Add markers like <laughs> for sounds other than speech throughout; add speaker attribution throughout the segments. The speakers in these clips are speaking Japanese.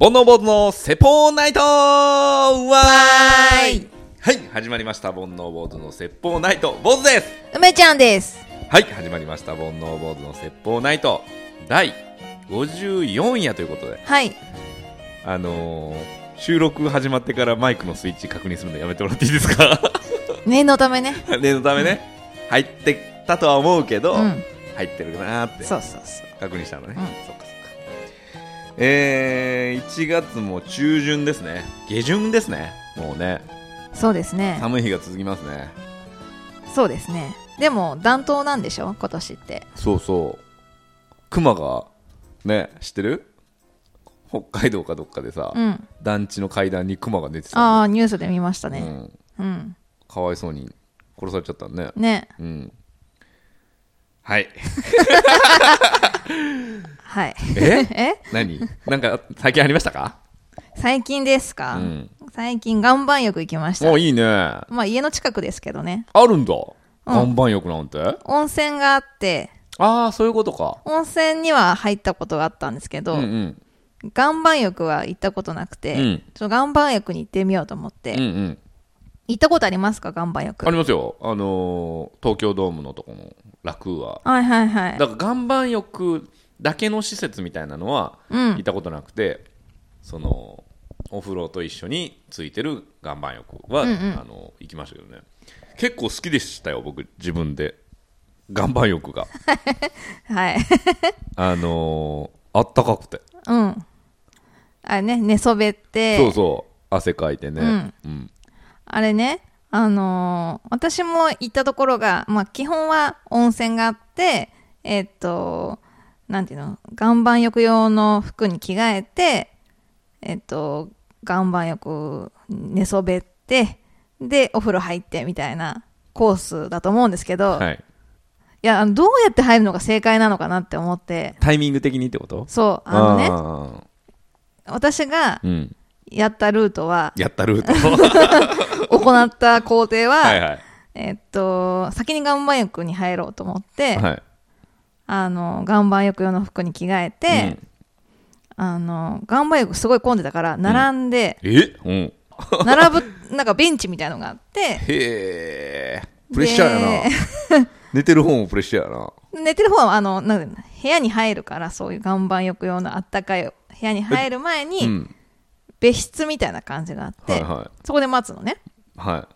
Speaker 1: 煩悩坊主の説法ナイトわーいはい、始まりました。煩悩坊主の説法ナイト、坊主です
Speaker 2: 梅ちゃんです。
Speaker 1: はい、始まりました。煩悩坊主の説法ナイト、第54夜ということで、
Speaker 2: はい。
Speaker 1: あのー、収録始まってからマイクのスイッチ確認するのやめてもらっていいですか
Speaker 2: 念のためね。
Speaker 1: <laughs> 念のためね、入ってたとは思うけど、
Speaker 2: うん
Speaker 1: 入ってるかなーって
Speaker 2: そうそうそう。
Speaker 1: 確認したのね、
Speaker 2: う
Speaker 1: そ
Speaker 2: ん
Speaker 1: っかそっかえー、1月も中旬ですね下旬ですねもうね
Speaker 2: そうですね。
Speaker 1: 寒い日が続きますね
Speaker 2: そうですね。でも、暖冬なんでしょ今年って。
Speaker 1: そうそう熊がね知ってる北海道かどっかでさ、
Speaker 2: うん。
Speaker 1: 団地の階段に熊が寝てたの
Speaker 2: ああ、ニュースで見ました
Speaker 1: う
Speaker 2: ね。
Speaker 1: ん、
Speaker 2: うん。
Speaker 1: かわいそうに殺されちゃったんね
Speaker 2: ね。
Speaker 1: うんはい
Speaker 2: はい。 <laughs>
Speaker 1: え
Speaker 2: え
Speaker 1: <laughs> 何なんか最近ありました
Speaker 2: <laughs>
Speaker 1: か
Speaker 2: 最近ですか、
Speaker 1: うん
Speaker 2: 最近、岩盤浴行きました
Speaker 1: も。ういいねあ
Speaker 2: まあ、家の近くですけどね。
Speaker 1: るんだ岩盤浴なんて、
Speaker 2: 温泉があって、
Speaker 1: ああそういうことか
Speaker 2: 温泉には入ったことがあったんですけど、
Speaker 1: うんうん
Speaker 2: 岩盤浴は行ったことなくて、
Speaker 1: うん
Speaker 2: ちょっと岩盤浴に行ってみようと思って、
Speaker 1: うんうん
Speaker 2: 行ったことありますか岩盤浴
Speaker 1: ありますよあのー東京ドームのとこの楽は
Speaker 2: はいはいはい
Speaker 1: だから岩盤浴だけの施設みたいなのは
Speaker 2: うん
Speaker 1: 行ったことなくて、そのお風呂と一緒についてる岩盤浴は、
Speaker 2: うんうん
Speaker 1: あの行きましたけどね結構好きでしたよ僕自分で岩盤浴が
Speaker 2: はい。
Speaker 1: あのーあったかくて、
Speaker 2: うん。あれね、寝そべって、
Speaker 1: そうそう汗かいてね、うん
Speaker 2: あれね、あのー私も行ったところが、まあ、基本は温泉があって、えっと、なんていうの、岩盤浴用の服に着替えて、えっと、岩盤浴寝そべって、で、お風呂入ってみたいなコースだと思うんですけど、い、
Speaker 1: はい、
Speaker 2: や、あのどうやって入るのが正解なのかなって思って、
Speaker 1: タイミング的にってこと
Speaker 2: そう、あのね、
Speaker 1: あ
Speaker 2: 私が
Speaker 1: ーうん、
Speaker 2: やったルートは、
Speaker 1: やったルートは
Speaker 2: 行った工程は、
Speaker 1: いはい
Speaker 2: えっと、先に岩盤浴に入ろうと思って、
Speaker 1: はい、
Speaker 2: あの、岩盤浴用の服に着替えて、あの、岩盤浴すごい混んでたから、並
Speaker 1: <laughs>
Speaker 2: んで、
Speaker 1: うん、え、うん、
Speaker 2: 並ぶ、なんかベンチみたいのがあって、
Speaker 1: へえプレッシャーやな寝てる方もプレッシャーやな
Speaker 2: 寝てる方は、あの、なんだ部屋に入るから、そういう岩盤浴用のあったかい部屋に入る前
Speaker 1: う
Speaker 2: に、
Speaker 1: ん
Speaker 2: 別室みたいな感じがあって、
Speaker 1: はいは
Speaker 2: そこで待つのね。
Speaker 1: いは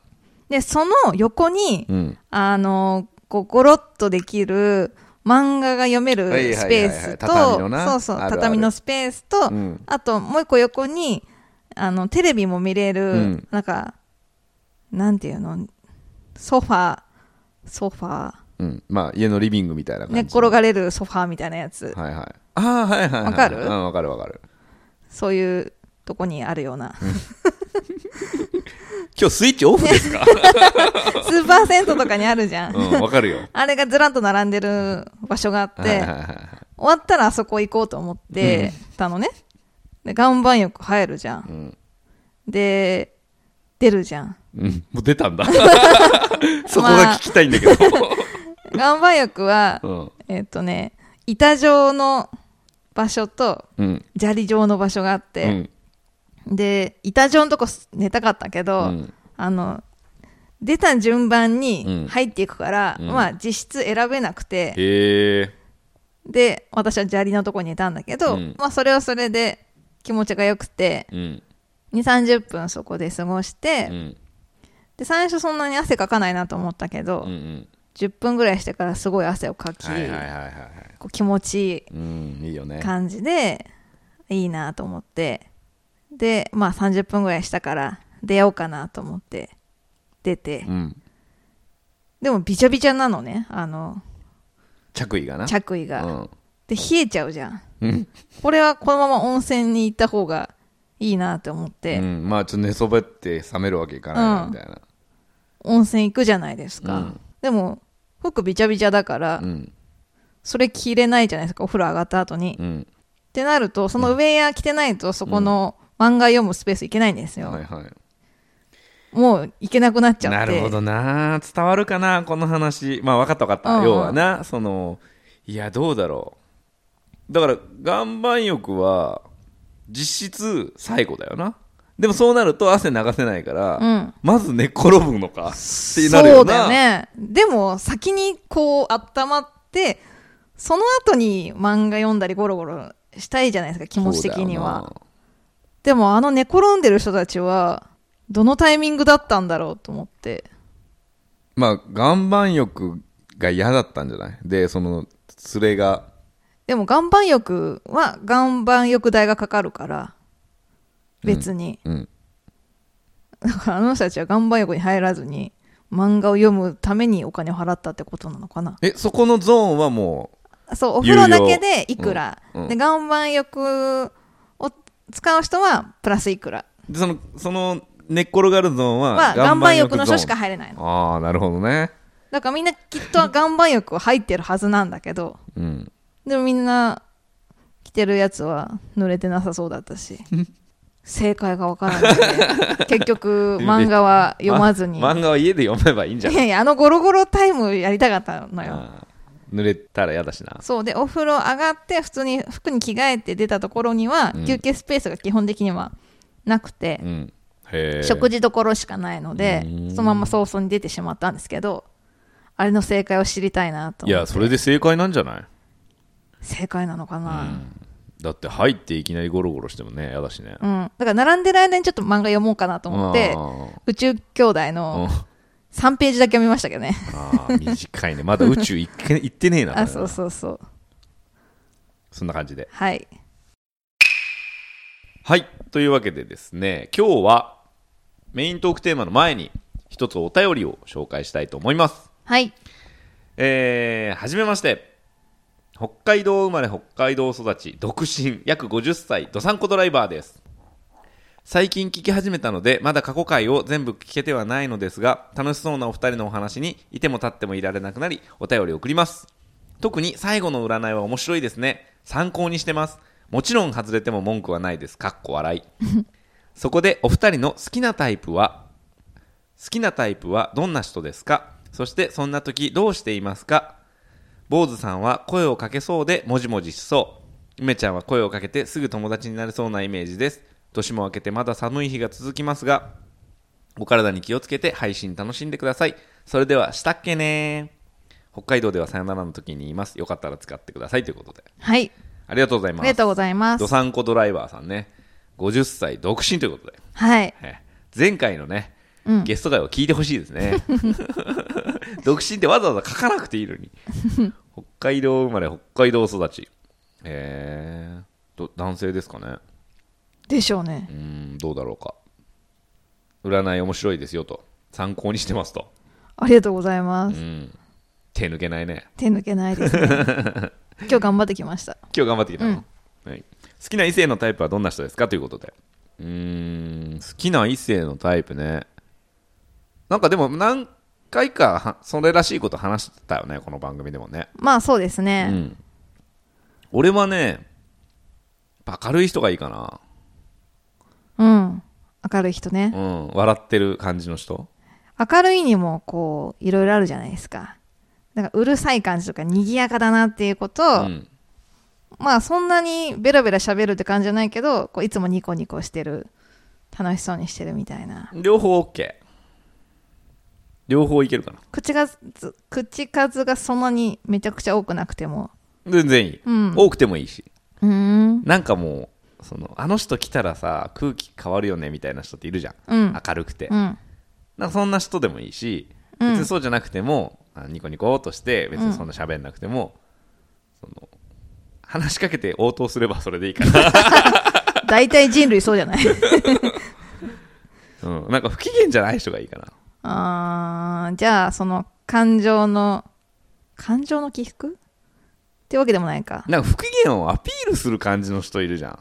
Speaker 2: で、その横に
Speaker 1: い、うん
Speaker 2: あの、こう、ゴロッとできる、漫画が読める
Speaker 1: はいはいはいはい
Speaker 2: スペースと、
Speaker 1: 畳のな
Speaker 2: そうそう、
Speaker 1: あるある
Speaker 2: 畳のスペースと、
Speaker 1: うん
Speaker 2: あともう一個横に、あの、テレビも見れる、
Speaker 1: うん
Speaker 2: なんか、なんていうの、ソファー、ソファー、
Speaker 1: うんまあ家のリビングみたいな感じ
Speaker 2: 寝っ転がれるソファーみたいなやつ、
Speaker 1: はいはいああはいはいはい
Speaker 2: わかる
Speaker 1: うんわかるわかる
Speaker 2: そういうとこにあるような、
Speaker 1: 今日スイッチオフですか
Speaker 2: スーパー銭湯とかにあるじゃん。
Speaker 1: うんわかるよ
Speaker 2: <laughs> あれがずらっと並んでる場所があって、
Speaker 1: はいはいはい
Speaker 2: 終わったらあそこ行こうと思ってたのね、で岩盤浴入るじゃん、
Speaker 1: ん
Speaker 2: で出るじゃん
Speaker 1: うんもう出た
Speaker 2: <laughs>
Speaker 1: んだそこが聞きたいんだけど
Speaker 2: 岩盤浴は、
Speaker 1: <laughs>
Speaker 2: えっ、とね板状の場所と
Speaker 1: うんうん
Speaker 2: 砂利状の場所があっ
Speaker 1: う
Speaker 2: て、
Speaker 1: ん
Speaker 2: で板状のとこ寝たかったけど、
Speaker 1: うん
Speaker 2: あの出た順番
Speaker 1: うん
Speaker 2: に入っていくから、
Speaker 1: うん
Speaker 2: まあ実質選べなくて、
Speaker 1: へえ
Speaker 2: で私は砂利のとこにいたんだけど、
Speaker 1: うん
Speaker 2: まあそれはそれで気持ちが良くて、
Speaker 1: うん
Speaker 2: 2 3 0分そこで過ごして、
Speaker 1: うん
Speaker 2: で最初そんなに汗かかないなと思ったけど、
Speaker 1: うんうん
Speaker 2: 10分ぐらいしてからすごい汗をかき、
Speaker 1: はいはいはいはいはい
Speaker 2: こう気持ちい
Speaker 1: うんいいよね
Speaker 2: い感じでいいなと思ってでまあ30分ぐらいしたから出ようかなと思って出て
Speaker 1: うん
Speaker 2: でもびちゃびちゃなのねあの
Speaker 1: 着衣がな
Speaker 2: 着衣が、
Speaker 1: うん
Speaker 2: で冷えちゃうじゃん
Speaker 1: うん
Speaker 2: これはこのまま温泉に行った方がいいなと思って、
Speaker 1: うん、まあちょっと寝そべって冷めるわけいかないなみたいな、
Speaker 2: 温泉行くじゃないですか、
Speaker 1: うん
Speaker 2: でも服びちゃびちゃだから、
Speaker 1: うん
Speaker 2: それ着れないじゃないですかお風呂上がった後に、
Speaker 1: う
Speaker 2: っ
Speaker 1: ん
Speaker 2: てなるとそのウェア着てないとそこの漫画読むスペース行けないんですよ、
Speaker 1: はいはい
Speaker 2: もう行けなくなっちゃって
Speaker 1: なるほどな伝わるかなこの話まあ分かった分かった、
Speaker 2: うんうん
Speaker 1: 要はなそのいやどうだろうだから岩盤浴は実質最後だよなでもそうなると汗流せないから、
Speaker 2: うん
Speaker 1: まず寝っ転ぶのかってなる
Speaker 2: そ
Speaker 1: よ
Speaker 2: うだ
Speaker 1: な
Speaker 2: よねでも先にこう温まってその後に漫画読んだりゴロゴロしたいじゃないですか気持ち的にはでもあの寝転んでる人たちはどのタイミングだったんだろうと思って
Speaker 1: まあ岩盤浴が嫌だったんじゃないでその連れが
Speaker 2: でも岩盤浴は岩盤浴代がかかるから別に、
Speaker 1: うん
Speaker 2: だ <laughs> からあの人たちは岩盤浴に入らずに漫画を読むためにお金を払ったってことなのかな
Speaker 1: えそこのゾーンはも
Speaker 2: そうお風呂だけでいくら、
Speaker 1: うんうん
Speaker 2: で岩盤浴を使う人はプラスいくら
Speaker 1: うでそのその寝っ転がるゾーンは
Speaker 2: は岩盤浴の
Speaker 1: ゾー
Speaker 2: 人
Speaker 1: ン
Speaker 2: しか入れないの
Speaker 1: ああなるほどね
Speaker 2: だからみんなきっと岩盤浴は入ってるはずなんだけど
Speaker 1: うん
Speaker 2: でもみんな着てるやつは濡れてなさそうだっ
Speaker 1: <laughs>
Speaker 2: たし正解がわからないので結局漫画は読まずに、
Speaker 1: ま漫画は家で読めばいいんじゃ
Speaker 2: い
Speaker 1: ない
Speaker 2: やいやあのゴロゴロタイムやりたかったのよ
Speaker 1: あー濡れたら嫌だしな
Speaker 2: そうでお風呂上がって普通に服に着替えて出たところには
Speaker 1: うん
Speaker 2: 休憩スペースが基本的にはなくて
Speaker 1: う、んへえ
Speaker 2: 食事どころしかないので
Speaker 1: うん
Speaker 2: そのまま早々に出てしまったんですけどあれの正解を知りたいなと
Speaker 1: いやそれで正解なんじゃない
Speaker 2: 正解なのかな
Speaker 1: だって入っていきなりゴロゴロしてもね嫌だしね
Speaker 2: うん、だから並んでる間にちょっと漫画読もうかなと思って
Speaker 1: あ
Speaker 2: 宇宙兄弟
Speaker 1: ーう
Speaker 2: の
Speaker 1: ん
Speaker 2: 3ページだけ読みましたけどね
Speaker 1: あー短いねまだ宇宙行け行ってねえな
Speaker 2: あそうそうそう
Speaker 1: そんな感じで
Speaker 2: はい
Speaker 1: はいというわけでですね今日はメイントークテーマの前に一つお便りを紹介したいと思います
Speaker 2: はい
Speaker 1: えー、はじめまして北海道生まれ北海道育ち独身約50歳どさんこドライバーです最近聞き始めたのでまだ過去回を全部聞けてはないのですが楽しそうなお二人のお話にいても立ってもいられなくなりお便りを送ります特に最後の占いは面白いですね参考にしてますもちろん外れても文句はないですかっこ笑いそこでお二人の好きなタイプは好きなタイプはどんな人ですかそしてそんな時どうしていますか坊主さんは声をかけそうでもじもじしそう梅ちゃんは声をかけてすぐ友達になれそうなイメージです年も明けてまだ寒い日が続きますがお体に気をつけて配信楽しんでくださいそれではしたっけね北海道ではさよならの時に言いますよかったら使ってくださいということで
Speaker 2: はい
Speaker 1: ありがとうござい
Speaker 2: あ
Speaker 1: ま
Speaker 2: りが
Speaker 1: す
Speaker 2: とうございます
Speaker 1: どさんこドライバーさんね50歳独身ということで
Speaker 2: はい
Speaker 1: えー前回のね、
Speaker 2: うん
Speaker 1: ゲスト会を聞いてほしいです
Speaker 2: <laughs>
Speaker 1: ね独身ってわざわざ書かなくていいのに北海道生まれ北海道育ちえーど男性ですかね
Speaker 2: でしょうね
Speaker 1: うーんどうだろうか占い面白いですよと参考にしてますと
Speaker 2: ありがとうございます、
Speaker 1: うん手抜けないね
Speaker 2: 手抜けない <laughs> ですね今日頑張ってきました
Speaker 1: 今日頑張ってきたの、はい、好きな異性のタイプはどんな人ですかということでうーん好きな異性のタイプねなんかでも何回かはそれらしいこと話してたよねこの番組でもね、
Speaker 2: まあそうです
Speaker 1: う
Speaker 2: ね、
Speaker 1: ん、俺はね明るい人がいいか
Speaker 2: うん。明るい人ね
Speaker 1: な、う。ん、笑ってる感じの人
Speaker 2: 明るいにも、こう、いろいろあるじゃないですか。なんか、うるさい感じとか、賑やかだなっていうこと
Speaker 1: う
Speaker 2: を、
Speaker 1: ん、
Speaker 2: まあ、そんなにベラベラ喋るって感じじゃないけど、こういつもニコニコしてる、楽しそうにしてるみたいな。
Speaker 1: 両方 OK 両方いけるかな
Speaker 2: 口がず、口数がそんなにめちゃくちゃ多くなくても。
Speaker 1: 全然いい、
Speaker 2: うん。
Speaker 1: 多くてもいいし
Speaker 2: うーん。
Speaker 1: なんかもうそのあの人来たらさ空気変わるよねみたいな人っているじゃん
Speaker 2: うん。
Speaker 1: 明るくて、
Speaker 2: うん。
Speaker 1: なんかそんな人でもいいし、
Speaker 2: うん
Speaker 1: 別にそうじゃなくてもあニコニコっとして別にそんな喋んなくても、その話しかけて応答すればそれでいい
Speaker 2: <laughs>
Speaker 1: かな、
Speaker 2: 大体人類そうじゃない
Speaker 1: うん、なんか不機嫌じゃない人がいいかな
Speaker 2: あーじゃあ、その、感情の、感情の起伏ってわけでもないか。
Speaker 1: なんか不機嫌をアピールする感じの人いるじゃ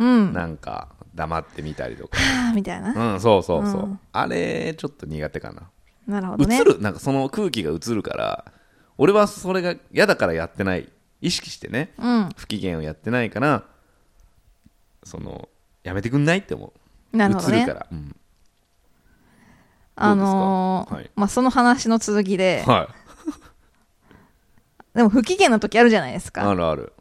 Speaker 1: ん、
Speaker 2: うん。
Speaker 1: なんか黙ってみたりとか
Speaker 2: あーみたいな。
Speaker 1: うんそうそうそう、
Speaker 2: うん
Speaker 1: あれちょっと苦手かな
Speaker 2: なるほど
Speaker 1: 映、
Speaker 2: ね。
Speaker 1: るなんかその空気が映るから俺はそれが嫌だからやってない意識してね
Speaker 2: うん。
Speaker 1: 不機嫌をやってないからそのやめてくんないって思う
Speaker 2: なるほど
Speaker 1: 映るか
Speaker 2: ね。
Speaker 1: ら、うん
Speaker 2: あのー
Speaker 1: はい
Speaker 2: まあ、その話の続きで、
Speaker 1: はい
Speaker 2: でも不機嫌な時あるじゃないです
Speaker 1: あ
Speaker 2: か。
Speaker 1: るある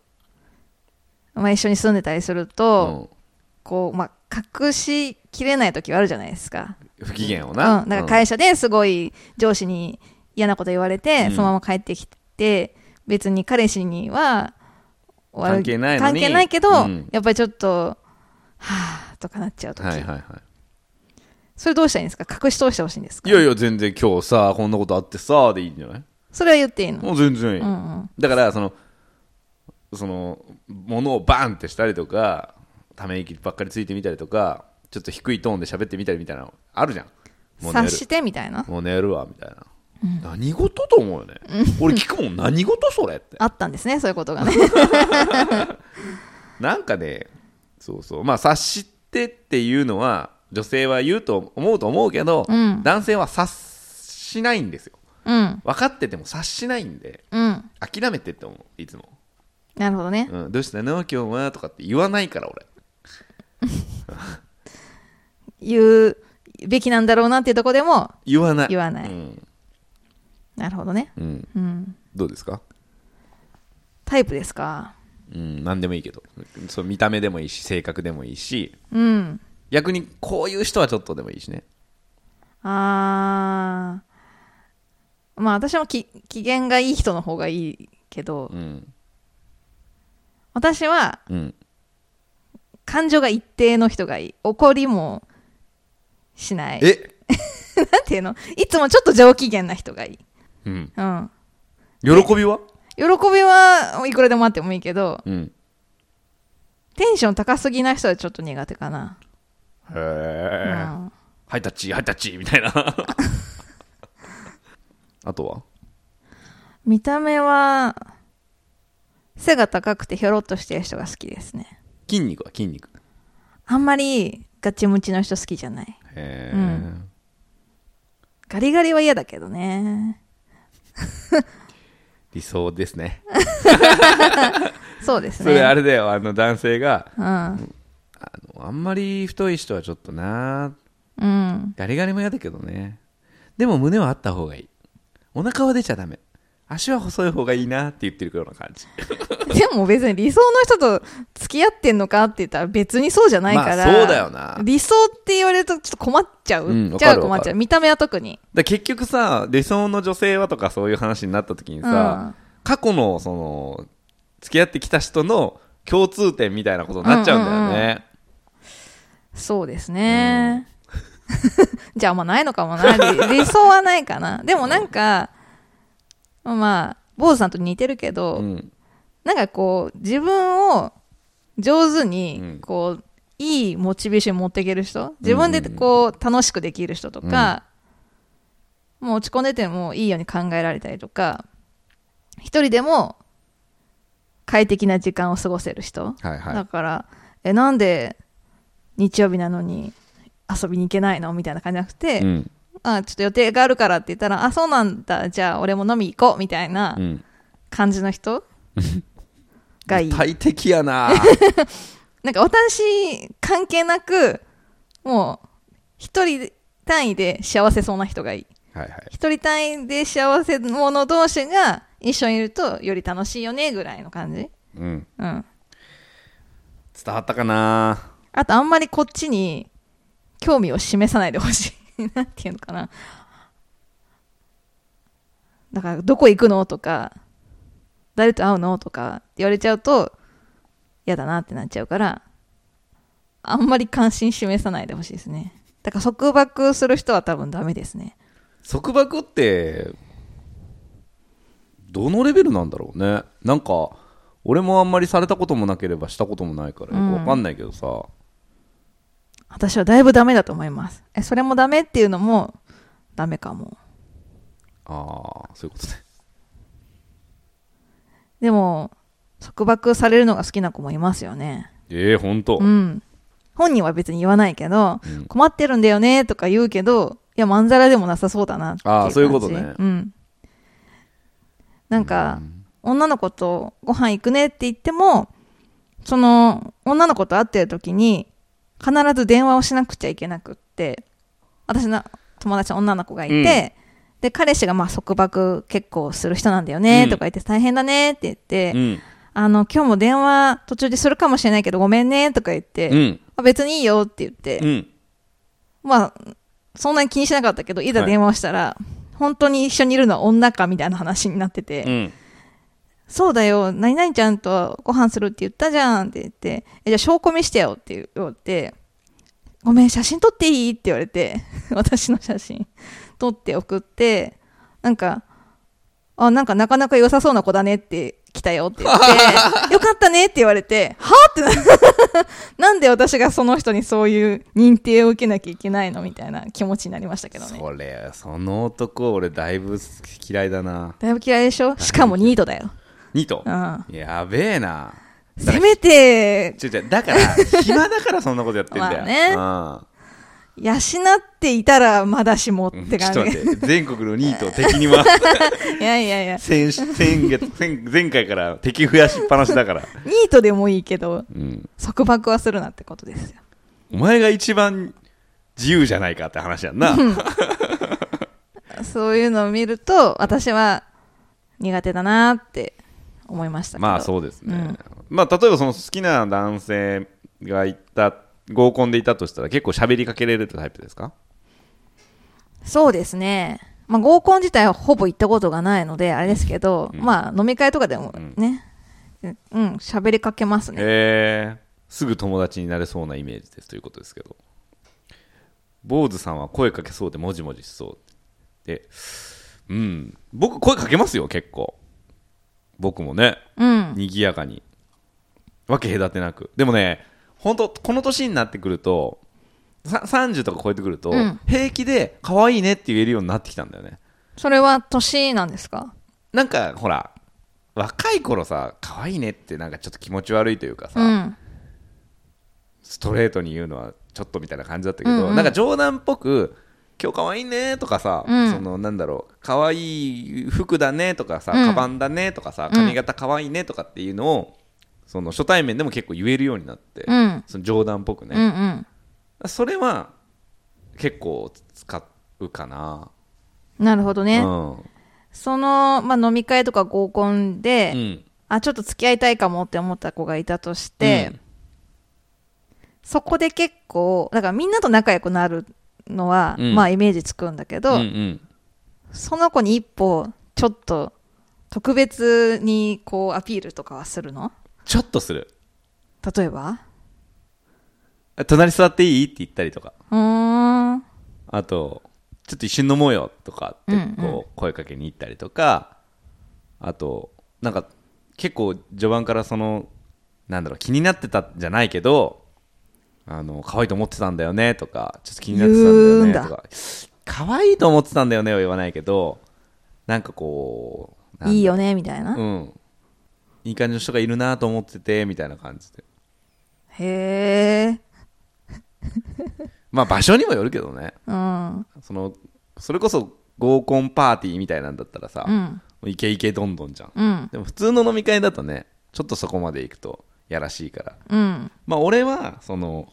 Speaker 2: まあ、一緒に住んでたりすると、
Speaker 1: う
Speaker 2: こう、まあ、隠しきれない時はあるじゃないですか。
Speaker 1: 不機嫌を
Speaker 2: うん、
Speaker 1: な。
Speaker 2: だから会社ですごい上司に嫌なこと言われて、
Speaker 1: うん
Speaker 2: そのまま帰ってきて別に彼氏には悪
Speaker 1: 関係ないのに
Speaker 2: 関係ないけど、
Speaker 1: うん
Speaker 2: やっぱりちょっとはぁとかなっちゃう
Speaker 1: う
Speaker 2: 時、
Speaker 1: んはいはいはい。
Speaker 2: それどうしたらいいんですか隠し通してほしいんですか
Speaker 1: いやいや、全然今日さ、こんなことあってさ、でいいんじゃない
Speaker 2: それは言っていいの、
Speaker 1: もう全然いい。
Speaker 2: うんうん
Speaker 1: だから、その、その、物をバンってしたりとか、ため息ばっかりついてみたりとか、ちょっと低いトーンで喋ってみたりみたいなのあるじゃん。もう寝
Speaker 2: 察
Speaker 1: る。
Speaker 2: してみたいな
Speaker 1: もう寝るわ、みたいな。何事と思うよね。俺聞くもん、何事それって。
Speaker 2: あったんですねそういうことがね
Speaker 1: なんかね、そうそう、まあ、察してっていうのは、女性は言うと思うと思うけど、
Speaker 2: うん
Speaker 1: 男性は察しないんですよ。
Speaker 2: うん
Speaker 1: 分かってても察しないんで、
Speaker 2: うん
Speaker 1: 諦めてって思う、いつも。
Speaker 2: なるほどね、
Speaker 1: うん、どうしたの今日はとかって言わないから、俺。
Speaker 2: 言うべきなんだろうなっていうとこでも
Speaker 1: 言わない。
Speaker 2: 言わない
Speaker 1: うん。
Speaker 2: なるほどね
Speaker 1: うん
Speaker 2: うん
Speaker 1: どうですか
Speaker 2: タイプですか
Speaker 1: うん、何でもいいけど。そう、見た目でもいいし、性格でもいいし、
Speaker 2: うん
Speaker 1: 逆にこういう人はちょっとでもいいしね。
Speaker 2: あーまあ私もき機嫌がいい人の方がいいけど
Speaker 1: うん。
Speaker 2: 私は
Speaker 1: うん。
Speaker 2: 感情が一定の人がいい怒りもしない
Speaker 1: え
Speaker 2: なんていうのいつもちょっと上機嫌な人がいい、
Speaker 1: うん。
Speaker 2: うん、
Speaker 1: 喜びは
Speaker 2: 喜びはいくらでもあってもいいけど
Speaker 1: うん。
Speaker 2: テンション高すぎな人はちょっと苦手かな、
Speaker 1: へえ。
Speaker 2: うん
Speaker 1: ハイタッチ、ハイタッチみたいな。 <laughs> あとは
Speaker 2: 見た目は背が高くてひょろっとしてる人が好きですね
Speaker 1: 筋肉は筋肉。
Speaker 2: あんまりガチムチの人好きじゃない
Speaker 1: へえ、
Speaker 2: うんガリガリは嫌だけどね
Speaker 1: 理想ですね。
Speaker 2: そうです
Speaker 1: そ
Speaker 2: ね。
Speaker 1: れあれだよ、あの男性が、
Speaker 2: うん。
Speaker 1: あのあんまり太い人はちょっとな、
Speaker 2: うん。
Speaker 1: ガリガリも嫌だけどね。でも胸はあった方がいい。お腹は出ちゃダメ。足は細い方がいいなって言ってるような感じ。
Speaker 2: でも別に理想の人と付き合ってんのかって言ったら別にそうじゃないから。
Speaker 1: まあそうだよな
Speaker 2: 理想って言われるとちょっと困っちゃう。
Speaker 1: うんわ
Speaker 2: じ
Speaker 1: か
Speaker 2: ゃあ
Speaker 1: る
Speaker 2: 困
Speaker 1: わ
Speaker 2: っ
Speaker 1: か
Speaker 2: ちゃう。
Speaker 1: る
Speaker 2: 見た目は特に。
Speaker 1: だ結局さ、理想の女性はとかそういう話になった時にさ、過去のその、付き合ってきた人の共通点みたいなことになっちゃうんだよね。
Speaker 2: うんうんそうですね。 <laughs> じゃああんまないのかもな。理理想はないかな。でもなんか、まあ、坊主さんと似てるけど、
Speaker 1: うん、
Speaker 2: なんかこう、自分を上手
Speaker 1: う
Speaker 2: に
Speaker 1: ん、
Speaker 2: こう、いいモチベーション持っていける人自分でこう、楽しくできる人とか、もう落ち込んでてもいいように考えられたりとか、一人でも快適な時間を過ごせる人。
Speaker 1: はいはい
Speaker 2: だから、え、なんで日曜日なのに遊びに行けないのみたいな感じじゃなくて、
Speaker 1: うん
Speaker 2: あ、ちょっと予定があるからって言ったら、あ、そうなんだ、じゃあ俺も飲み行こう、みたいな
Speaker 1: うん、
Speaker 2: 感じ
Speaker 1: <laughs>
Speaker 2: の人がいい。
Speaker 1: 大敵や
Speaker 2: <laughs>
Speaker 1: な
Speaker 2: なんか私、関係なく、もう、一人単位で幸せそうな人がいい。
Speaker 1: はいはい
Speaker 2: 一人単位で幸せ者同士が一緒にいるとより楽しいよね、ぐらいの感じ。
Speaker 1: うん
Speaker 2: うん。
Speaker 1: 伝わったかな
Speaker 2: あと、あんまりこっちに興味を示さないでほしい。 <laughs> なんていうのかな。だから、どこ行くのとか、誰と会うのとかって言われちゃうと、嫌だなってなっちゃうから、あんまり関心示さないでほしいですね。だから、束縛する人は多分ダメですね。
Speaker 1: 束縛ってどのレベルなんだろうねなんか俺もあんまりされたこともなければしたこともないからよくわかんないけどさ、
Speaker 2: 私はだいぶダメだと思います。え、それもダメっていうのも、ダメかも。
Speaker 1: ああそういうことね
Speaker 2: でも、束縛されるのが好きな子もいますよね。
Speaker 1: ええー、ほんと、
Speaker 2: うん。本人は別に言わないけど、
Speaker 1: うん
Speaker 2: 困ってるんだよねとか言うけど、いや、まんざらでもなさそうだなっていう感
Speaker 1: あ
Speaker 2: じ。
Speaker 1: ーそういうことね
Speaker 2: うん。なんか、女の子とご飯行くねって言っても、その、女の子と会ってる時に、必ず電話をしなくちゃいけなくって、私の友達の女の子がいて、
Speaker 1: うん
Speaker 2: で、彼氏がまあ束縛結構する人なんだよね
Speaker 1: うん
Speaker 2: とか言って大変だねって言って、
Speaker 1: うん
Speaker 2: あの、今日も電話途中でするかもしれないけどごめんねとか言って、
Speaker 1: うん
Speaker 2: ああ別にいいよって言って、
Speaker 1: うん。
Speaker 2: まあ、そんなに気にしなかったけど、いざ電話をしたら、本当に一緒にいるのは女かみたいな話になってて、
Speaker 1: うん。
Speaker 2: そうだよ、何々ちゃんとご飯するって言ったじゃんって言って、えじゃあ証拠見してよって言われて、ごめん、写真撮っていいって言われて、 <laughs> 私の写真撮って送って、なんか、あ、なんかなかなか良さそうな子だねって来たよって言って、よかったねって言われて、はってな、 <laughs> なんで私がその人にそういう認定を受けなきゃいけないのみたいな気持ちになりましたけどね。
Speaker 1: それ、その男、俺、だいぶ嫌いだな。
Speaker 2: だいぶ嫌いでしょしかもニートだよ。
Speaker 1: ニート
Speaker 2: う。ん。
Speaker 1: やべえな。
Speaker 2: せめて、
Speaker 1: ちょちょ、だから、暇だからそんなことやってんだよ。
Speaker 2: <laughs>
Speaker 1: ね。
Speaker 2: 養っていたらまだしもっ
Speaker 1: うん。
Speaker 2: て
Speaker 1: ちょっと
Speaker 2: 感
Speaker 1: 待
Speaker 2: じ。
Speaker 1: って、全国のニートを敵に回す。
Speaker 2: <laughs> いやいやいや、
Speaker 1: 先先月先前回から敵増やしっぱなしだから、
Speaker 2: ニートでもいいけど、
Speaker 1: うん、
Speaker 2: 束縛はするなってことですよ。
Speaker 1: お前が一番自由じゃないかって話やんな、
Speaker 2: そういうのを見ると、私は苦手だなって思いましたけど。
Speaker 1: まあそうですね、まあ例えばその好きな男性がいた合コンでいたとしたら結構喋りかけられるタイプですか
Speaker 2: そうですね。まあ合コン自体はほぼ行ったことがないので、あれですけど、まあ飲み会とかでもね、うん、喋りかけますね。
Speaker 1: へえすぐ友達になれそうなイメージですということですけど坊主さんは声かけそうでもじもじしそうでうん僕声かけますよ結構僕もね
Speaker 2: うん。
Speaker 1: 賑やかにわけ隔てなくでもね本当この年になってくるとさ30とか超えてくると、
Speaker 2: うん
Speaker 1: 平気で可愛いねって言えるようになってきたんだよね
Speaker 2: それは年なんですか
Speaker 1: なんかほら若い頃さ可愛いねってなんかちょっと気持ち悪いというかさ、
Speaker 2: うん。
Speaker 1: ストレートに言うのはちょっとみたいな感じだったけど、
Speaker 2: うんうん
Speaker 1: なんか冗談っぽく今日可愛いねとかさ、
Speaker 2: うん
Speaker 1: そのなんだろう可愛い服だねとかさ、
Speaker 2: うん
Speaker 1: カバンだねとかさ髪型可愛いねとかっていうのをその初対面でも結構言えるようになって、
Speaker 2: うん。
Speaker 1: その冗談っぽく
Speaker 2: うんう
Speaker 1: ね、
Speaker 2: ん。
Speaker 1: それは結構使うかな、
Speaker 2: なるほどね。
Speaker 1: うん
Speaker 2: その、まあ、飲み会とか合コンで、
Speaker 1: うん
Speaker 2: あちょっと付き合いたいかもって思った子がいたとして、
Speaker 1: うん
Speaker 2: そこで結構だからみんなと仲良くなるのは、
Speaker 1: うん
Speaker 2: まあイメージつくんだけど、
Speaker 1: うんうん
Speaker 2: その子に一歩ちょっと特別にこうアピールとかはするの
Speaker 1: ちょっとする
Speaker 2: 例えば
Speaker 1: 隣座っていいって言ったりとか
Speaker 2: うーん
Speaker 1: あとちょっと一緒に飲もうよとかって
Speaker 2: うんうん
Speaker 1: こう声かけに行ったりとか、あとなんか結構序盤からそのなんだろう気になってたんじゃないけどあの可愛いと思ってたんだよねとかちょっと気になってたんだよねとか可愛いと思ってたんだよねは言わないけどなんかこうなんだろう
Speaker 2: いいよねみたいな、
Speaker 1: うんいい感じの人がいるなと思っててみたいな感じで
Speaker 2: へえ
Speaker 1: まあ場所にもよるけどね
Speaker 2: うん
Speaker 1: そのそれこそ合コンパーティーみたいなんだったらさ、
Speaker 2: うん
Speaker 1: イケイケどんどんじゃん
Speaker 2: うん
Speaker 1: でも普通の飲み会だとねちょっとそこまで行くとやらしいから
Speaker 2: うん
Speaker 1: まあ俺はその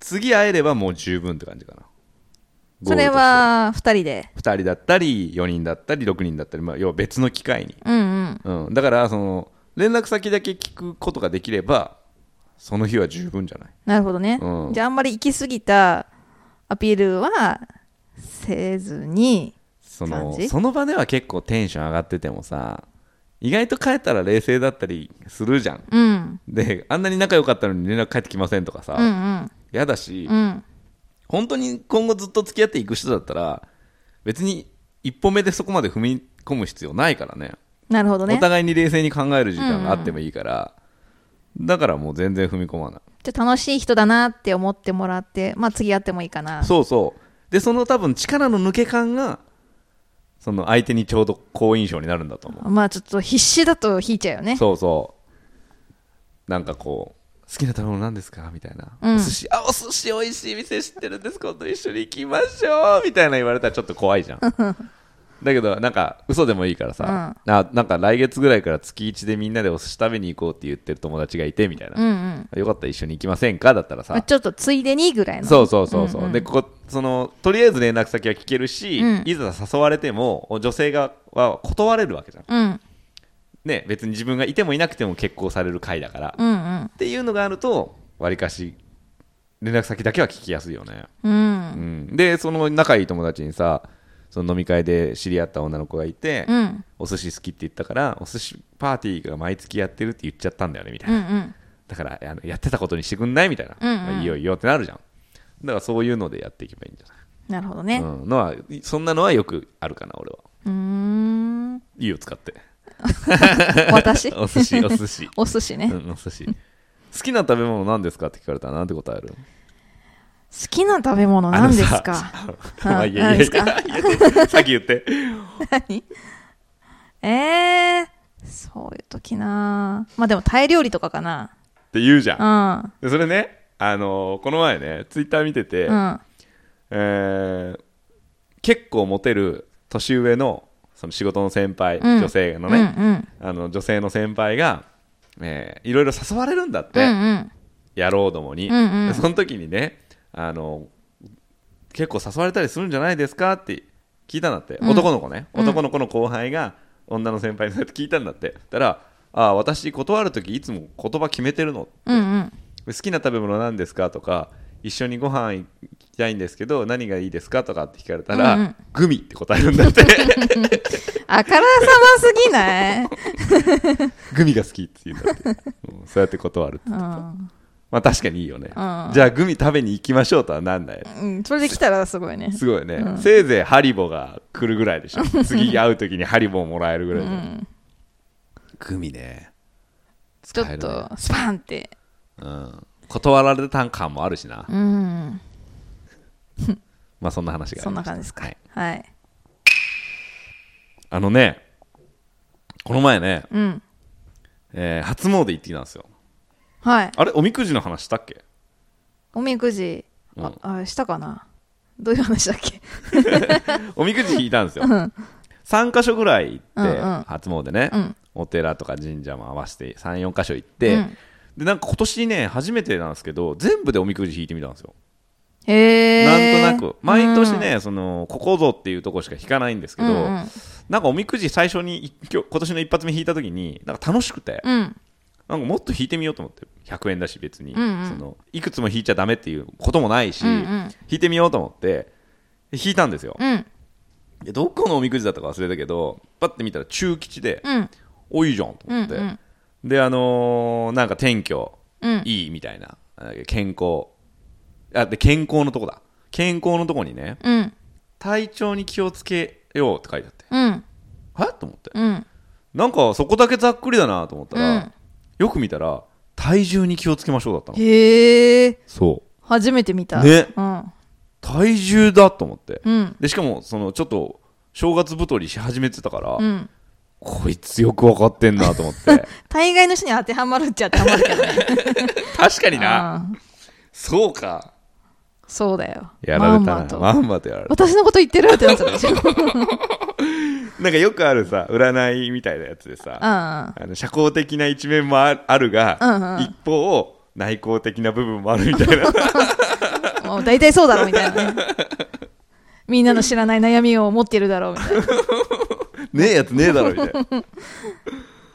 Speaker 1: 次会えればもう十分って感じかな
Speaker 2: それは二人で
Speaker 1: 2人だったり4人だったり6人だったり、まあ、要は別の機会に、
Speaker 2: うんうん
Speaker 1: うん、だからその連絡先だけ聞くことができればその日は十分じゃない
Speaker 2: なるほどね、
Speaker 1: うん
Speaker 2: じゃああんまり行き過ぎたアピールはせずに
Speaker 1: そ
Speaker 2: 感
Speaker 1: の
Speaker 2: じ
Speaker 1: その場では結構テンション上がっててもさ意外と帰ったら冷静だったりするじゃん
Speaker 2: うん
Speaker 1: であんなに仲良かったのに連絡返ってきませんとかさ、
Speaker 2: うんうん
Speaker 1: やだし、
Speaker 2: うん
Speaker 1: 本当に今後ずっと付き合っていく人だったら別に一歩目でそこまで踏み込む必要ないからね
Speaker 2: なるほどね
Speaker 1: お互いに冷静に考える時間があってもいいから、だからもう全然踏み込まない、
Speaker 2: じゃあ楽しい人だなって思ってもらってまあ次やってもいいかな
Speaker 1: そうそうでその多分力の抜け感がその相手にちょうど好印象になるんだと思う
Speaker 2: まあちょっと必死だと引いちゃうよね
Speaker 1: そうそうなんかこう好きな食べ物何ですかみたいな、
Speaker 2: うん
Speaker 1: お寿司あお寿司美味しい店知ってるんです今度一緒に行きましょうみたいな言われたらちょっと怖
Speaker 2: <laughs>
Speaker 1: いじゃんだけどなんか嘘でもいいからさ、あなんか来月ぐらいから月1でみんなでお寿司食べに行こうって言ってる友達がいてみたいな、
Speaker 2: うんうん
Speaker 1: よかったら一緒に行きませんかだったら
Speaker 2: まあ
Speaker 1: さ
Speaker 2: ちょっとついでにぐらいの
Speaker 1: そうそうそうそう、
Speaker 2: んん
Speaker 1: でここそのとりあえず連絡先は聞けるし、
Speaker 2: うん
Speaker 1: いざ誘われても女性側は断れるわけじゃん、
Speaker 2: うん
Speaker 1: ね、別に自分がいてもいなくても結婚される会だから、
Speaker 2: うんうん
Speaker 1: っていうのがあるとわりかし連絡先だけは聞きやすいよね、
Speaker 2: う。
Speaker 1: うんん、でその仲いい友達にさその飲み会で知り合った女の子がいて、
Speaker 2: うん。
Speaker 1: お寿司好きって言ったからお寿司パーティーが毎月やってるって言っちゃったんだよねみたい
Speaker 2: うんう
Speaker 1: な、
Speaker 2: ん。
Speaker 1: だからあのやってたことにしてくんないみたいな、
Speaker 2: うんうん
Speaker 1: まあいいよいいよってなるじゃんだからそういうのでやっていけばいいんじゃない
Speaker 2: なるほどね。
Speaker 1: うん、のはそんなのはよくあるかな俺は
Speaker 2: うーん。
Speaker 1: いいよ使
Speaker 2: <laughs>
Speaker 1: って <laughs>
Speaker 2: 私
Speaker 1: お寿司お寿司
Speaker 2: お寿司 <laughs> ね。
Speaker 1: う
Speaker 2: 好
Speaker 1: んお寿司好きな食べ物何ですかって聞かれたらなんて答える
Speaker 2: きな食べ物何ですか
Speaker 1: あのさ
Speaker 2: うん
Speaker 1: まあいやいやい
Speaker 2: 何
Speaker 1: や
Speaker 2: で
Speaker 1: い
Speaker 2: すか
Speaker 1: やさっき言って
Speaker 2: 何えー、そういう時なまあでもタイ料理とかかな
Speaker 1: って言うじゃん
Speaker 2: う
Speaker 1: でそれねあのーこの前ねツイッター見てて、
Speaker 2: ん。うん。
Speaker 1: えー結構モテる年上のその仕事の先輩、
Speaker 2: うん
Speaker 1: 女性の
Speaker 2: うんう
Speaker 1: ね、
Speaker 2: ん。
Speaker 1: あの女性の先輩が、えーいろいろ誘われるんだっ
Speaker 2: う
Speaker 1: て、
Speaker 2: んうん。
Speaker 1: 野郎どもに、
Speaker 2: うんうん
Speaker 1: でその時にねあの結構誘われたりするんじゃないですかって聞いたんだって、
Speaker 2: うん
Speaker 1: 男の子ね
Speaker 2: うん
Speaker 1: 男の子の後輩が女の先輩にそうやって聞いたんだってたら「ああ私断る時いつも言葉決めてるの
Speaker 2: うんうん。
Speaker 1: 好きな食べ物なんですか?」とか「一緒にご飯行きたいんですけど何がいいですか?」とかって聞かれたら「
Speaker 2: うんうん
Speaker 1: グミ」って答えるんだ
Speaker 2: <laughs>
Speaker 1: って
Speaker 2: あからさますぎない
Speaker 1: 「グミが好き」って言うんだって、うんそうやって断る
Speaker 2: うん。
Speaker 1: まあ確かにいいよね、
Speaker 2: ん
Speaker 1: じゃあグミ食べに行きましょうとはなんない
Speaker 2: うん。それできたらすごいね。
Speaker 1: すごいね、せいぜいハリボが来るぐらいで
Speaker 2: <laughs>
Speaker 1: しょ次会う時にハリボもらえるぐらいで、
Speaker 2: うん。
Speaker 1: グミね
Speaker 2: ちょ
Speaker 1: 使え
Speaker 2: っ
Speaker 1: るね
Speaker 2: と、スパンって。
Speaker 1: うん、断られた感もあるしな、
Speaker 2: うん。
Speaker 1: まあそんな話があ
Speaker 2: そ
Speaker 1: り
Speaker 2: ん
Speaker 1: ま
Speaker 2: な
Speaker 1: した
Speaker 2: 感じです
Speaker 1: は
Speaker 2: か
Speaker 1: い。
Speaker 2: はい。
Speaker 1: あのねこの前ね、
Speaker 2: うん。
Speaker 1: えー初詣行ってきたんですよ
Speaker 2: はい。
Speaker 1: あれおみくじの話したっけ
Speaker 2: おみくじ、あ、あしたかなどういう話だっけ
Speaker 1: おみくじ引いたんですよ、3箇所ぐらい行って、
Speaker 2: うんうん
Speaker 1: 初詣ね、
Speaker 2: うん
Speaker 1: お寺とか神社も合わせて34箇所行って、
Speaker 2: うん
Speaker 1: でなんか今年ね初めてなんですけど全部でおみくじ引いてみたんですよ
Speaker 2: へえ。
Speaker 1: なんとなく毎年ね、そのここぞっていうとこしか引かないんですけ
Speaker 2: うん、
Speaker 1: ど、
Speaker 2: うんうん
Speaker 1: なんかおみくじ最初に一今日今年の一発目引いた時になんか楽しくて、
Speaker 2: うん。
Speaker 1: なんかもっと引いてみようと思って100円だし別に、
Speaker 2: うんうん
Speaker 1: そのいくつも引いちゃダメっていうこともないし、
Speaker 2: うんうん
Speaker 1: 引いてみようと思って引いたんですよ、
Speaker 2: うん。
Speaker 1: でどこのおみくじだったか忘れたけどパッて見たら中吉で、
Speaker 2: うん。
Speaker 1: おいいじゃんと
Speaker 2: うん。
Speaker 1: 思
Speaker 2: う
Speaker 1: って、
Speaker 2: ん。
Speaker 1: であのーなんか天気
Speaker 2: うん。
Speaker 1: いいみたいな健康あで健康のとこだ健康のとこにね
Speaker 2: うん。
Speaker 1: 体調に気をつけようって書いてあって
Speaker 2: うん。
Speaker 1: はと思って
Speaker 2: うん。
Speaker 1: なんかそこだけざっくりだなと思ったら、
Speaker 2: うん
Speaker 1: よく見たら体重に気をつけましょうだったの
Speaker 2: へえ。
Speaker 1: そう
Speaker 2: 初めて見た。
Speaker 1: ね
Speaker 2: うん。
Speaker 1: 体重だと思って
Speaker 2: うん。
Speaker 1: でしかもそのちょっと正月太りし始めてたから、
Speaker 2: うん。
Speaker 1: こいつよく分かってんなと思って
Speaker 2: <laughs> 大概の人に当てはまるっちゃ当てはまる
Speaker 1: <laughs>
Speaker 2: けどね。
Speaker 1: 確かにな
Speaker 2: うん
Speaker 1: そうか
Speaker 2: そうだよ。
Speaker 1: やられたなま
Speaker 2: まんま
Speaker 1: んま
Speaker 2: と
Speaker 1: とやられた
Speaker 2: 私のこと言ってるってなっちゃったでしょ。
Speaker 1: なんかよくあるさ占いみたいなやつでさ
Speaker 2: うん。
Speaker 1: あの社交的な一面もああるが、
Speaker 2: うんうん
Speaker 1: 一方内向的な部分もあるみたい
Speaker 2: <laughs>
Speaker 1: な
Speaker 2: もう大体そうだろうみたいなね。みんなの知らない悩みを持ってるだろうみたいな。
Speaker 1: ねえやつねえだろみたいな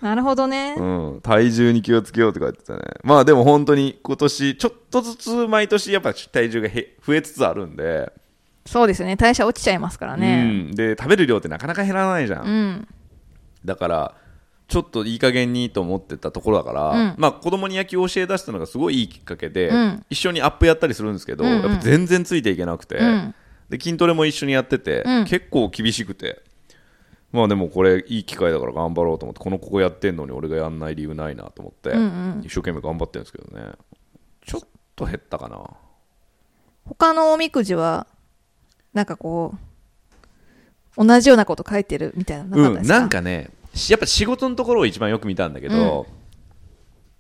Speaker 2: なるほどね。
Speaker 1: うん、体重に気をつけようって書いてたねまあでも本当に今年ちょっとずつ毎年やっぱ体重がへ増えつつあるんで、
Speaker 2: そうですよね。代謝落ちちゃいますからね。
Speaker 1: うん、で食べる量ってなかなか減らないじゃん、
Speaker 2: うん。
Speaker 1: だからちょっといい加減にと思ってたところだから、
Speaker 2: うん
Speaker 1: まあ子供に野球を教え出したのがすごいいいきっかけで、
Speaker 2: うん
Speaker 1: 一緒にアップやったりするんですけど、
Speaker 2: うんうん
Speaker 1: やっぱ全然ついていけなくて、
Speaker 2: うん
Speaker 1: で筋トレも一緒にやってて、
Speaker 2: うん
Speaker 1: 結構厳しくてまあでもこれいい機会だから頑張ろうと思ってこのここやってんのに俺がやんない理由ないなと思って、
Speaker 2: うんうん
Speaker 1: 一生懸命頑張ってるんですけどねちょっと減ったかな
Speaker 2: 他のおみくじは、なんかこう、同じようなこと書いてるみたいなのなか
Speaker 1: う
Speaker 2: ったで
Speaker 1: ん
Speaker 2: すか、
Speaker 1: なんかねしやっぱ仕事のところを一番よく見たんだけど、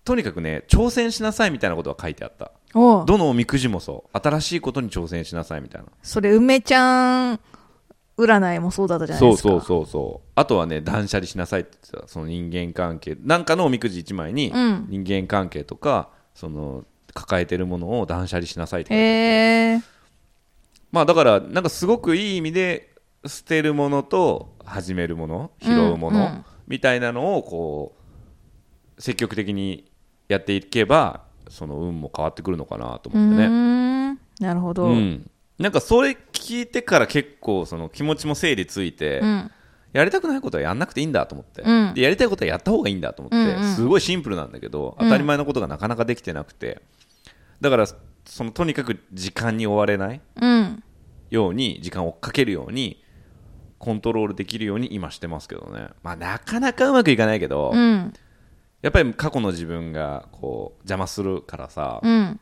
Speaker 1: とにかくね挑戦しなさいみたいなことが書いてあった
Speaker 2: おう
Speaker 1: どのおみくじもそう新しいことに挑戦しなさいみたいな
Speaker 2: それ、梅ちゃん占いもそうだったじゃない
Speaker 1: そ
Speaker 2: で
Speaker 1: う
Speaker 2: すか。
Speaker 1: そうそうそうあとはね断捨離しなさいって言ってたその人間関係なんかのおみくじ1枚に
Speaker 2: うん
Speaker 1: 人間関係とか、その抱えてるものを断捨離しなさいって書いてある
Speaker 2: へえ。
Speaker 1: まあだからなんかすごくいい意味で捨てるものと始めるもの拾うも
Speaker 2: うんう
Speaker 1: の
Speaker 2: ん
Speaker 1: みたいなのをこう積極的にやっていけばその運も変わってくるのかなと
Speaker 2: うー
Speaker 1: 思ってね。
Speaker 2: んなるほど、
Speaker 1: う
Speaker 2: うん
Speaker 1: ん、なんかそれ聞いてから結構その気持ちも整理ついて、
Speaker 2: うん
Speaker 1: やりたくないことはやんなくていいんだと思って、
Speaker 2: うん
Speaker 1: でやりたいことはやった方がいいんだと思って、
Speaker 2: うんうん
Speaker 1: すごいシンプルなんだけど
Speaker 2: うん
Speaker 1: 当たり前のことがなかなかできてなくてだからそのとにかく時間に追われない
Speaker 2: うん
Speaker 1: ように時間を追っかけるようにコントロールできるように今してますけどね、まあ、なかなかうまくいかないけど、
Speaker 2: うん
Speaker 1: やっぱり過去の自分がこう邪魔するからさ、
Speaker 2: うん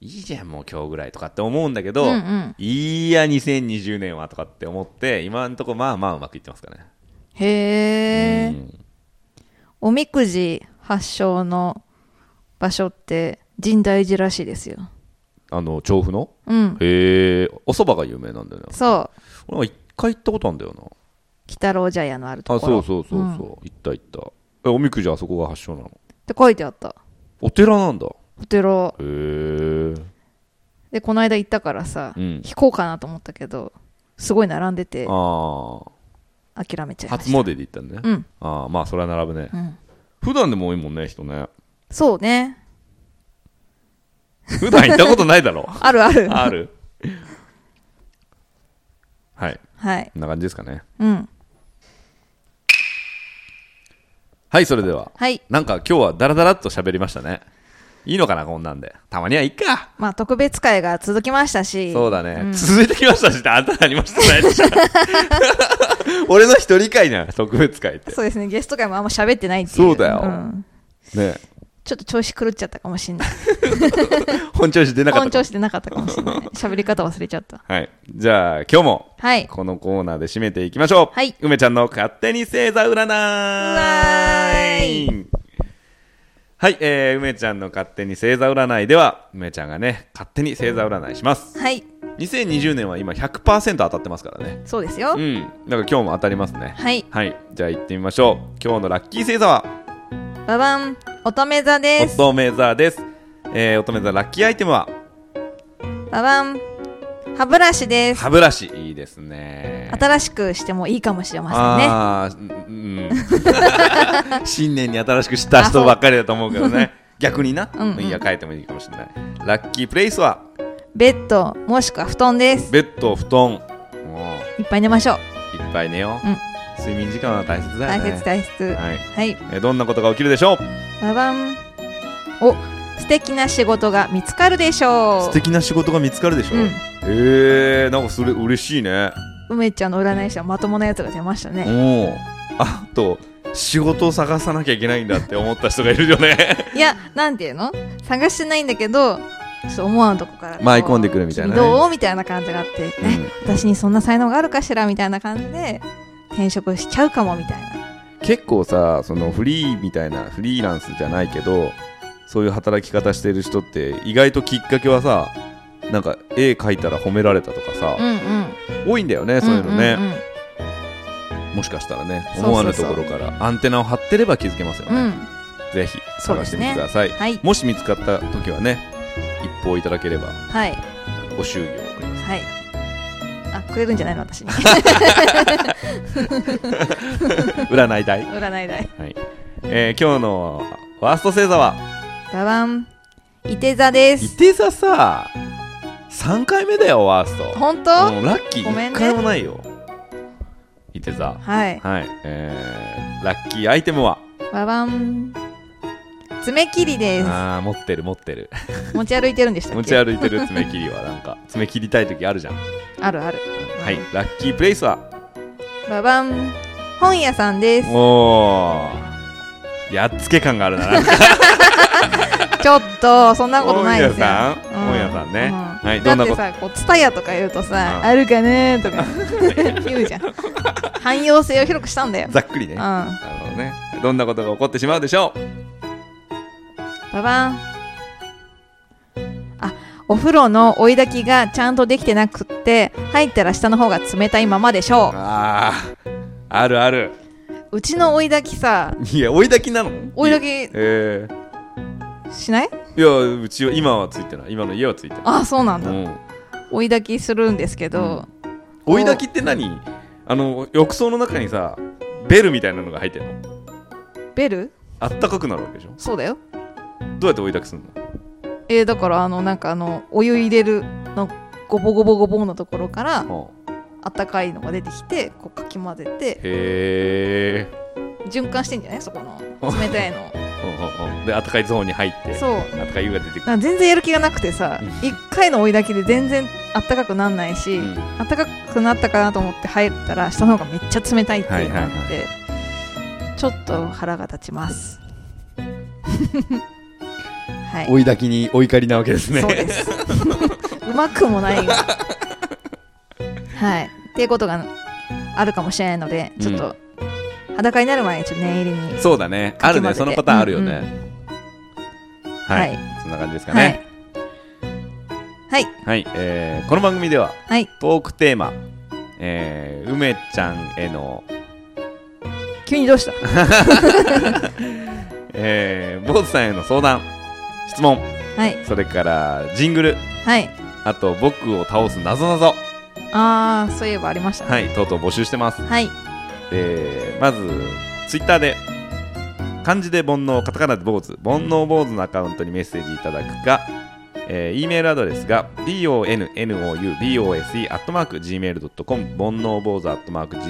Speaker 1: いいじゃんもう今日ぐらいとかって思うんだけど、
Speaker 2: うんうん
Speaker 1: いいや2020年はとかって思って今のところまあまあうまくいってますからね、
Speaker 2: へえ、
Speaker 1: うん
Speaker 2: おみくじ発祥の場所って深大寺らしいですよ
Speaker 1: あの調布の
Speaker 2: うん
Speaker 1: へえお蕎麦が有名なんだよね
Speaker 2: そう
Speaker 1: 俺なんか一回行ったことあるんだよな
Speaker 2: 鬼太郎茶屋のある
Speaker 1: あ
Speaker 2: とこ
Speaker 1: そ
Speaker 2: ろ
Speaker 1: うそうそうそう、
Speaker 2: ん
Speaker 1: 行った行ったえおみくじあそこが発祥なの
Speaker 2: って書いてあった
Speaker 1: お寺なんだへ
Speaker 2: お寺
Speaker 1: えうん
Speaker 2: でこの間行ったからさ、引こうかなと思ったけどすごい並んでて
Speaker 1: あ
Speaker 2: 諦めちゃ
Speaker 1: あ
Speaker 2: いまし
Speaker 1: 初
Speaker 2: た
Speaker 1: 詣で行ったんだね、
Speaker 2: うん
Speaker 1: ああまあそれは並ぶね、
Speaker 2: うん
Speaker 1: 普段でも多いもんね人ね
Speaker 2: そうね
Speaker 1: 普段行ったことないだろ
Speaker 2: あるあ <laughs> る
Speaker 1: あるはい
Speaker 2: はい
Speaker 1: こんな感じですかね
Speaker 2: うん
Speaker 1: はいそれでは
Speaker 2: はい
Speaker 1: なんか今日はダラダラっと喋りましたねいいのかなこんなんでたまにはいいか
Speaker 2: まあ特別会が続きましたし
Speaker 1: そうだね、続いてきましたしってあんたなりましたね
Speaker 2: <laughs>
Speaker 1: 俺の一人会な特別会って
Speaker 2: そうですねゲスト会もあんま喋ってないっていう
Speaker 1: そうだよ
Speaker 2: ん
Speaker 1: ね
Speaker 2: ちょっと調子狂っちゃったかもしれない
Speaker 1: 本調子出なか
Speaker 2: 本
Speaker 1: った
Speaker 2: 調子でなかったかもしれない喋り方忘れちゃった
Speaker 1: はいじゃあ今日も
Speaker 2: はい
Speaker 1: このコーナーで締めていきましょう。
Speaker 2: はい
Speaker 1: 梅ちゃんの勝手に星座占
Speaker 2: ー
Speaker 1: い。はい、えー、梅ちゃんの勝手に星座占いでは、梅ちゃんがね、勝手に星座占いします。
Speaker 2: はい
Speaker 1: 2020年は今100%当たってますからね。
Speaker 2: そうですよ
Speaker 1: うん。だから今日も当たりますね。
Speaker 2: はい
Speaker 1: はい、じゃあ行ってみましょう。今日のラッキー星座は、
Speaker 2: ババン乙女座です
Speaker 1: 乙女座です。えー、乙女座ラッキーアイテムは、
Speaker 2: ババン歯ブラシです
Speaker 1: 歯ブラシ。いいですね。
Speaker 2: 新しくしてもいいかもしれませんね
Speaker 1: あーうんうん新年に新しく知った人ばっかりだと思うけど
Speaker 2: <laughs>
Speaker 1: ね逆にな
Speaker 2: うんうん
Speaker 1: いや変えてもいいかもしれないラッキープレイスは
Speaker 2: ベッドもしくは布団です
Speaker 1: ベッド布団も
Speaker 2: いっぱい寝ましょう
Speaker 1: ういっぱい寝よう、
Speaker 2: うん
Speaker 1: 睡眠時間は大切だ
Speaker 2: 大
Speaker 1: よね
Speaker 2: 切大切
Speaker 1: はい
Speaker 2: はい
Speaker 1: えどんなことが起きるでしょう
Speaker 2: ババンお素敵な仕事が見つかるでしょ
Speaker 1: 素敵な仕事が見つかるでしょう、
Speaker 2: うん
Speaker 1: へえなんかそれ嬉しいね
Speaker 2: う梅ちゃんの占い師はまともなやつが出ました
Speaker 1: お
Speaker 2: ね
Speaker 1: おあと仕事を探さなきゃいけないんだって思った人がいるよね
Speaker 2: いやなんていうの探してないんだけどちょっと思わんとこから
Speaker 1: 舞い込んでくるみたいなね
Speaker 2: 君どうみたいな感じがあって、
Speaker 1: うん
Speaker 2: え私にそんな才能があるかしらみたいな感じで転職しちゃうかもみたいな
Speaker 1: 結構さそのフリーみたいなフリーランスじゃないけどそういう働き方してる人って意外ときっかけはさなんか絵描いたら褒められたとかさ、
Speaker 2: うんうん
Speaker 1: 多いんだよねそういうのね、
Speaker 2: んん
Speaker 1: もしかしたらね
Speaker 2: そうそうそう
Speaker 1: 思わぬところからアンテナを張ってれば気づけますよ
Speaker 2: うん、う
Speaker 1: ね、
Speaker 2: ん
Speaker 1: ぜひ探してみてください、
Speaker 2: はい
Speaker 1: もし見つかった時はね一報いただければ
Speaker 2: はい
Speaker 1: ご祝儀を送ります
Speaker 2: はいあくれるんじゃないの私 <laughs> に
Speaker 1: 占い代、は
Speaker 2: <laughs> 占い代
Speaker 1: いえー今日のワースト星座は
Speaker 2: ババンいて座で
Speaker 1: 伊
Speaker 2: す
Speaker 1: 手座さ3回目だよワースト
Speaker 2: 本当、
Speaker 1: もうラッキ
Speaker 2: ごめ
Speaker 1: ー
Speaker 2: ん
Speaker 1: 一
Speaker 2: ね
Speaker 1: 回もないよ。いて座。
Speaker 2: はい
Speaker 1: はい。えー、ラッキーアイテムは
Speaker 2: ババン爪切りです
Speaker 1: あー、持ってる持ってる。
Speaker 2: 持ち歩いてるんでしたっけ
Speaker 1: 持ち歩いてる爪切りはなんか、爪切りたい時あるじゃん。は
Speaker 2: あるある
Speaker 1: い。ラッキープレイスは
Speaker 2: ババン本屋さんです
Speaker 1: おー。やっつけ感があ
Speaker 2: <laughs>
Speaker 1: るな。なんか
Speaker 2: ちょっとそんなことないですよ
Speaker 1: 本屋さん
Speaker 2: う
Speaker 1: 本屋さんねはい
Speaker 2: だ
Speaker 1: どん
Speaker 2: っ
Speaker 1: なこ
Speaker 2: て
Speaker 1: と
Speaker 2: さこうツタヤとか言うとさ、
Speaker 1: うん
Speaker 2: あるかねーとか
Speaker 1: <laughs>
Speaker 2: 言うじゃん汎用性を広くしたんだよ、うん、
Speaker 1: ざっくりね。なる
Speaker 2: バ
Speaker 1: ほどね。どんなことが起こってしまうでしょう
Speaker 2: バンあお風呂の追い炊きがちゃんとできてなくって入ったら下の方が冷たいままでしょ
Speaker 1: あー、あるある。
Speaker 2: ううちの追い炊きさ
Speaker 1: いや、追い炊きなの
Speaker 2: 追い
Speaker 1: き。
Speaker 2: 炊
Speaker 1: え
Speaker 2: きしない
Speaker 1: ー、いや、うちは今はついてない。今の家はついてない。
Speaker 2: あそうなんだ、
Speaker 1: うん。
Speaker 2: 追い炊きするんですけど、
Speaker 1: 追い炊きって何あの浴槽の中にさベルみたいなのが入ってるの
Speaker 2: ベル
Speaker 1: あったかくなるわけでしょ
Speaker 2: そうだよ
Speaker 1: どうやって追い炊きするの
Speaker 2: えーだからあのなんかあのお湯入れるのゴボゴボゴボのところから
Speaker 1: ほう
Speaker 2: あったかいのが出てきてこうかき混ぜて
Speaker 1: へえ
Speaker 2: 循環してんじゃないそこ
Speaker 1: <laughs>
Speaker 2: の冷たいの
Speaker 1: で暖かいゾーンに入って
Speaker 2: そう
Speaker 1: 暖かい湯が出てくる
Speaker 2: なんか全然やる気がなくてさ
Speaker 1: うん
Speaker 2: 一回の追いだけで全然あったかくなんないし、
Speaker 1: うん
Speaker 2: あったかくなったかなと思って入ったら下の方がめっちゃ冷たいっていうのがあって、
Speaker 1: はい
Speaker 2: ちょっと腹が立ちます。 <laughs> はい、
Speaker 1: 追いだきにお怒りなわけですね
Speaker 2: そうです。 <laughs> うまくもないが。はい、っていうことがあるかもしれないので、ちょっと、裸になる前にちょっと念入りに。
Speaker 1: そうだねあるね
Speaker 2: かき混ぜて
Speaker 1: そのパターンあるよね、
Speaker 2: うん
Speaker 1: はい、
Speaker 2: はい
Speaker 1: そんな感じですか
Speaker 2: は
Speaker 1: ね
Speaker 2: い。はい、
Speaker 1: はい、えーこの番組では
Speaker 2: はい、
Speaker 1: トークテーマ、えー梅ちゃんへの、
Speaker 2: 急にど
Speaker 1: <laughs>
Speaker 2: うした。
Speaker 1: えー、坊主さんへの相談質問
Speaker 2: はい、
Speaker 1: それからジングル
Speaker 2: はい、
Speaker 1: あと僕を倒すなぞなぞ
Speaker 2: ああ、そういえばありましたね。
Speaker 1: はいとうとう募集してます、
Speaker 2: はい、
Speaker 1: えーまずツイッターで漢字で煩悩カタカナで坊主煩悩坊主のアカウントにメッセージいただくかえー、E メールアドレスが bonoubose.gmail.com 煩悩坊主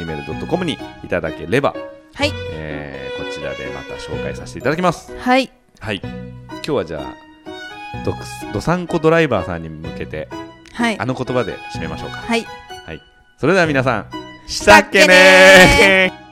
Speaker 1: .gmail.com にいただければ
Speaker 2: はい、
Speaker 1: えーこちらでまた紹介させていただきます
Speaker 2: はい、
Speaker 1: はい今日はじゃあどくすどさんこドライバーさんに向けて
Speaker 2: はい
Speaker 1: あ、の言葉で締めましょうか
Speaker 2: はい。
Speaker 1: それでは皆さんしたっけねー